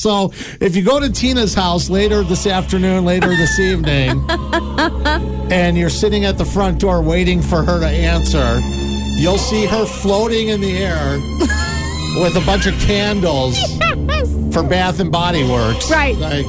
So if you go to Tina's house later this afternoon, later this evening, and you're sitting at the front door waiting for her to answer, you'll see her floating in the air with a bunch of candles for Bath and Body Works. Right. Like,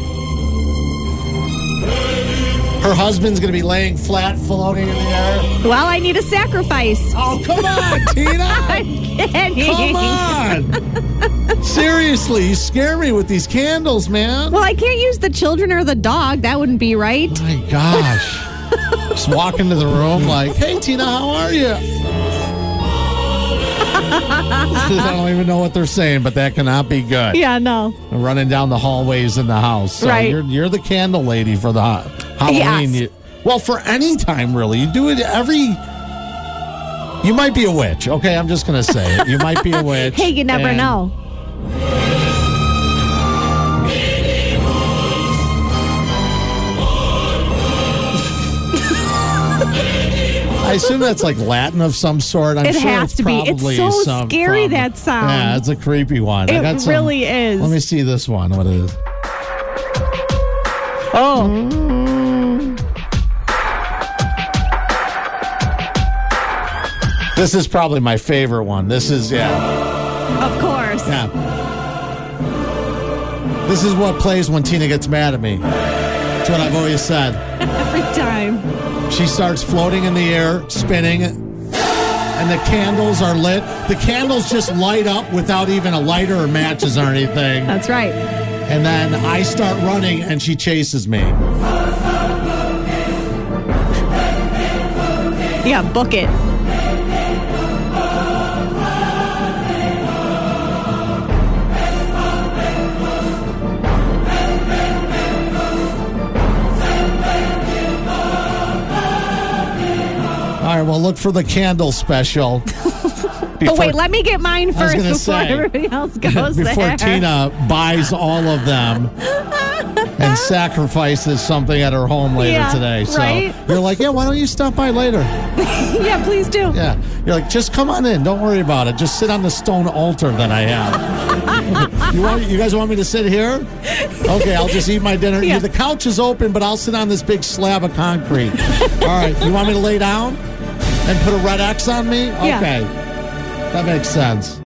her husband's going to be laying flat, floating in the air. Well, I need a sacrifice. Oh, come on, Tina! Come on! Seriously, you scare me with these candles, man. Well, I can't use the children or the dog. That wouldn't be right. My gosh. Just walk into the room like, hey, Tina, how are you? I don't even know what they're saying, but that cannot be good. Yeah, no. Running down the hallways in the house. So Right. You're, you're the candle lady for the ha- Halloween. Yes. You- well, for any time, really. You do it every. You might be a witch. Okay, I'm just going to say it. You might be a witch. Hey, you never and- know. I assume that's like Latin of some sort. I'm It sure has it's to be. It's probably so some scary, from- that sound. Yeah, it's a creepy one. I It got some- really is. Let me see this one. What is? Oh. This is probably my favorite one. This is yeah, Of course. yeah. This is what plays when Tina gets mad at me. That's what I've always said. Every time. She starts floating in the air, spinning, and the candles are lit. The candles just light up without even a lighter or matches or anything. That's right. And then I start running and she chases me. Yeah, book it. All right, well, look for the candle special. Oh, Before- wait, let me get mine first gonna before say, everybody else goes before there. Tina buys all of them and sacrifices something at her home later Yeah, today. So right? you're like, yeah, why don't you stop by later? yeah, please do. Yeah. You're like, just come on in. Don't worry about it. Just sit on the stone altar that I have. you, want, you guys want me to sit here? Okay, I'll just eat my dinner. Yeah. The couch is open, but I'll sit on this big slab of concrete. All right. You want me to lay down and put a red X on me? Yeah. Okay. That makes sense.